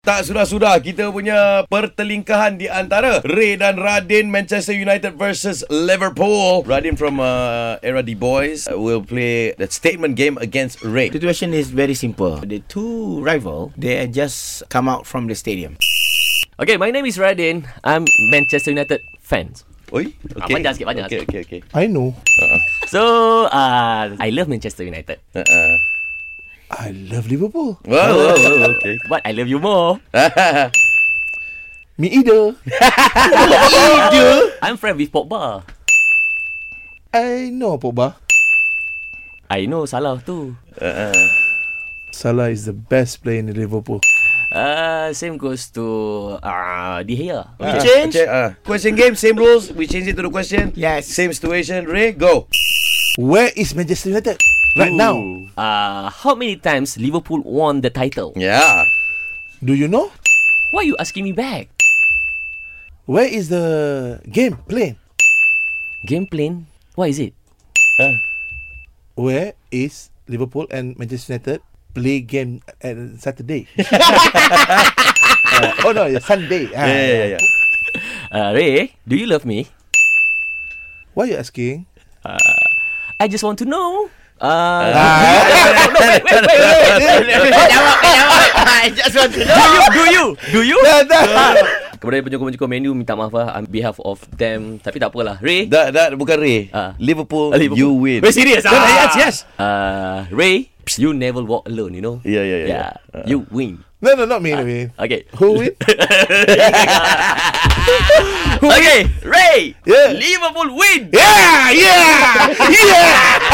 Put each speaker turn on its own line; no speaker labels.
Tak sudah-sudah kita punya pertelingkahan di antara Ray dan Radin Manchester United versus Liverpool. Radin from uh, era D Boys uh, will play the statement game against Ray.
Situation is very simple. The two rival, they had just come out from the stadium.
Okay, my name is Radin. I'm Manchester United fans.
Oi, okay.
panjang sikit, panjang
Okay,
sikit.
okay, okay.
I know.
So, uh, I love Manchester United.
Uh-uh.
I love Liverpool.
Wow, wow, wow, okay.
But I love you more.
Me either.
I'm friend with Pogba.
I know Pogba.
I know Salah too.
Salah is the best player in Liverpool.
Uh, same goes to uh, De Gea.
Ah, check, ah. Question game, same rules. We change it to the question.
Yes.
Same situation. Ray, go.
Where is Manchester United right now?
Uh, how many times Liverpool won the title?
Yeah.
Do you know?
Why you asking me back?
Where is the game playing?
Game plan? What is it?
Where is Liverpool and Manchester United play game on Saturday? Uh, oh no, it's Sunday. Ah.
Yeah, yeah, yeah, yeah.
Uh, Ray, do you love me?
Why you asking?
I just want to know. Uh, I just want to know. Do you? Do you? Do you? Kepada penyokong-penyokong menu minta maaf lah on behalf of them. Tapi tak apalah. Ray.
That, that bukan Ray.
Ah.
Liverpool,
Ah, Liverpool.
you win.
Very serious.
Yeah,
Ah.
Yes, yes.
Uh, Ray, you never walk alone, you know?
Yeah, yeah, yeah,
yeah. Ah. You win.
No, no, not me. not me.
Okay.
Who win?
okay, Ray.
Yeah.
Liverpool win.
yeah, yeah, yeah.